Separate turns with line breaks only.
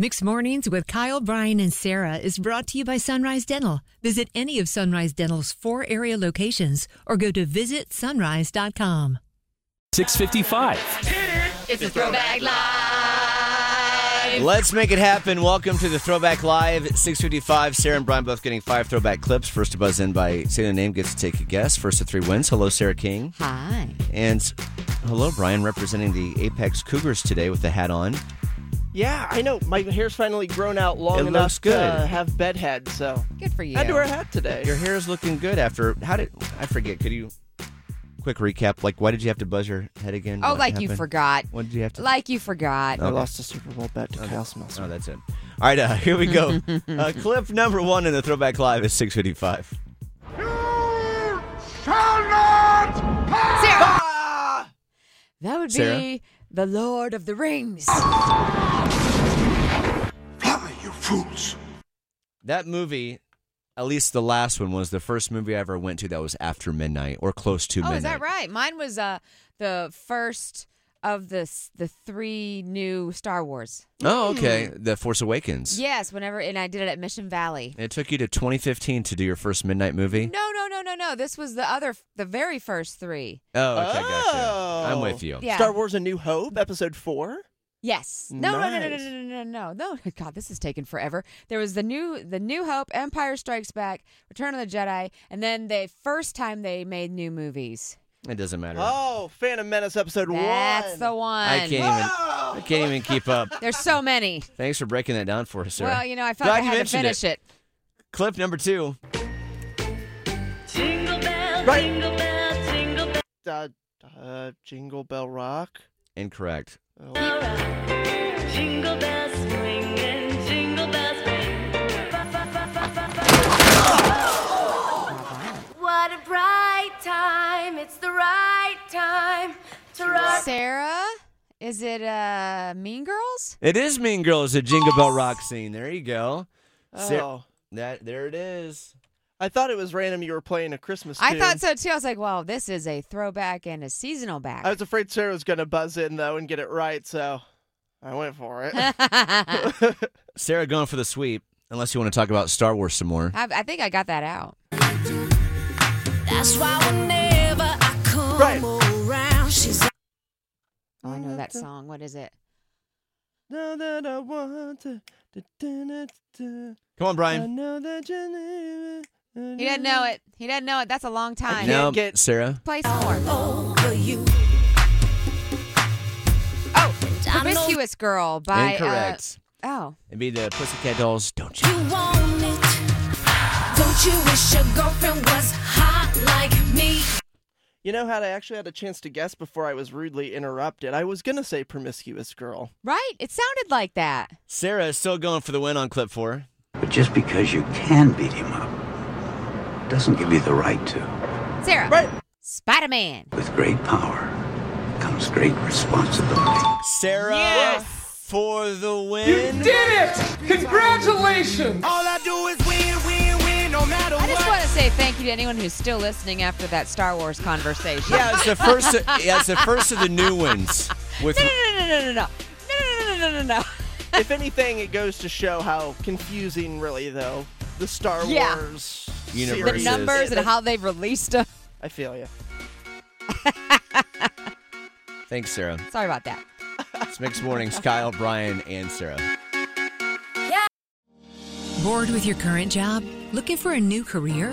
Mixed Mornings with Kyle, Brian, and Sarah is brought to you by Sunrise Dental. Visit any of Sunrise Dental's four area locations or go to visitsunrise.com.
655.
It's a throwback live.
Let's make it happen. Welcome to the Throwback Live at 655. Sarah and Brian both getting five throwback clips. First to buzz in by saying the name gets to take a guess. First of three wins. Hello, Sarah King.
Hi.
And s- hello, Brian, representing the Apex Cougars today with the hat on.
Yeah, I know. My hair's finally grown out long
It
enough
looks good.
to uh, have bed head, so
Good for you.
I had to wear a hat today.
Your hair is looking good after. How did. I forget. Could you. Quick recap. Like, why did you have to buzz your head again?
oh,
What
like you
happened?
forgot.
What did you have to.
Like you forgot.
I lost a Super Bowl bet to Kyle Smells.
Oh, that's it. All right, uh, here we go. uh, clip number one in the Throwback Live is 655.
Sarah. That would be
Sarah?
the Lord of the Rings.
That movie, at least the last one, was the first movie I ever went to that was after midnight or close to
Oh,
midnight.
is that right? Mine was uh the first of the s- the three new Star Wars.
Oh, okay. The Force Awakens.
Yes, whenever and I did it at Mission Valley.
It took you to 2015 to do your first midnight movie.
No, no, no, no, no. This was the other, the very first three.
Oh, okay, gotcha. I'm
Oh.
with you.
Yeah.
Star Wars A New Hope, episode four?
Yes. No, no, no, no,
Nice.
no, no, no, no, no. God, this is taking forever. There was the new, the New Hope, Empire Strikes Back, Return of the Jedi, and then the first time they made new movies.
It doesn't matter.
Oh, Phantom Menace, episode
That's
one.
the one.
I can't even.
Oh.
I can't even keep up.
There's so many.
Thanks for breaking that down for us, sir.
Well, you know, I felt like I had to finish it.
Clip number two.
Right. Uh, uh, Jingle Bell Rock.
Incorrect.
Oh.
What a bright time, it's the right time to rock.
Sarah, is it uh Mean Girls?
It is Mean Girls, a Jingle Bell Rock scene. There you go. Sarah-
Oh.
That there it is.
I thought it was random you were playing a Christmas
I
tune.
thought so too. I was like, wow, this is a throwback and a seasonal back.
I was afraid Sarah was going to buzz in, though, and get it right, so I went for it.
I,
Sarah going for the sweep. Unless you want to talk about Star Wars some more.
I think I got that out.
right.
Oh, I know that song. What is it?
Now that I want to. da- da- da- da-
Come on,
I
Brian.
know that you knew
He didn't know it. He didn't know it. That's a long time.
can't
No,
get-
Sarah.
Play some more. Oh, Promiscuous Girl by. uh,
Incorrect.
oh,
It'd be the Pussycat Dolls. Don't you?
Don't you wish your girlfriend was hot like me?
You know how I actually had a chance to guess before I was rudely interrupted. I was gonna say promiscuous girl.
right? It sounded like that.
Sarah is still going for the win on clip four.
But just because you can beat him up doesn't give you the right to.
Sarah.
Right.
Spider Man.
With great power comes great responsibility.
Sarah
Yes.
for the win. You did it! Congratulations! All I do is win, win, win, no matter
I just want to say thank you to anyone who's still listening after that Star Wars conversation.
Yeah, it's the first. yeah, it's the first of the new ones. With
No, no, no, no, no, no, no, no, no, no, no, no, no.
if anything, it goes to show how confusing, really, though the Star
Yeah.
Wars
Universes.
The
series
numbers
is.
and how they've released them.
I feel you.
thanks, Sarah.
Sorry about that.
It's mixed mornings. Kyle, Brian, and Sarah.
Bored with your current job? Looking for a new career?